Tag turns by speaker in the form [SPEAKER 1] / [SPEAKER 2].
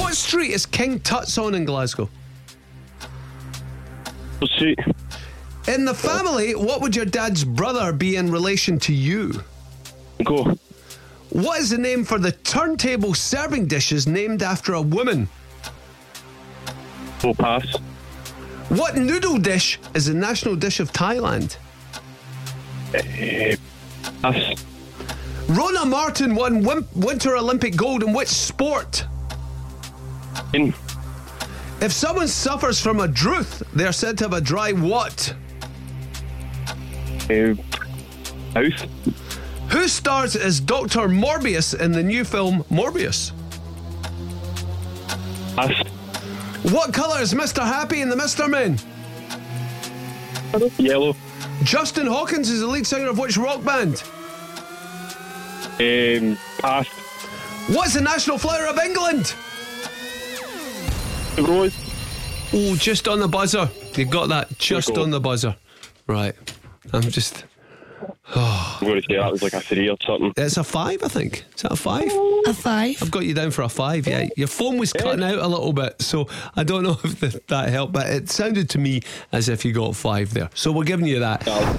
[SPEAKER 1] What street is King Tut's on in Glasgow?
[SPEAKER 2] Pursuit.
[SPEAKER 1] In the family, what would your dad's brother be in relation to you?
[SPEAKER 2] Go.
[SPEAKER 1] What is the name for the turntable serving dishes named after a woman?
[SPEAKER 2] Go pass.
[SPEAKER 1] What noodle dish is the national dish of Thailand?
[SPEAKER 2] Pass.
[SPEAKER 1] Rona Martin won win- Winter Olympic gold in which sport?
[SPEAKER 2] In.
[SPEAKER 1] If someone suffers from a druth, they are said to have a dry what?
[SPEAKER 2] Uh, house.
[SPEAKER 1] Who stars as Dr. Morbius in the new film Morbius?
[SPEAKER 2] Pass.
[SPEAKER 1] What colour is Mr. Happy in the Mr. Men?
[SPEAKER 2] Yellow.
[SPEAKER 1] Justin Hawkins is the lead singer of which rock band?
[SPEAKER 2] Um, pass.
[SPEAKER 1] What's the national flower of England?
[SPEAKER 2] Rose.
[SPEAKER 1] Oh, just on the buzzer. You got that. Just
[SPEAKER 2] goal.
[SPEAKER 1] on the buzzer. Right. I'm just.
[SPEAKER 2] I'm going to say that was like a three or something.
[SPEAKER 1] It's a five, I think. Is that a five?
[SPEAKER 3] A five.
[SPEAKER 1] I've got you down for a five. Yeah, your phone was cutting out a little bit, so I don't know if that that helped, but it sounded to me as if you got five there. So we're giving you that.
[SPEAKER 2] No.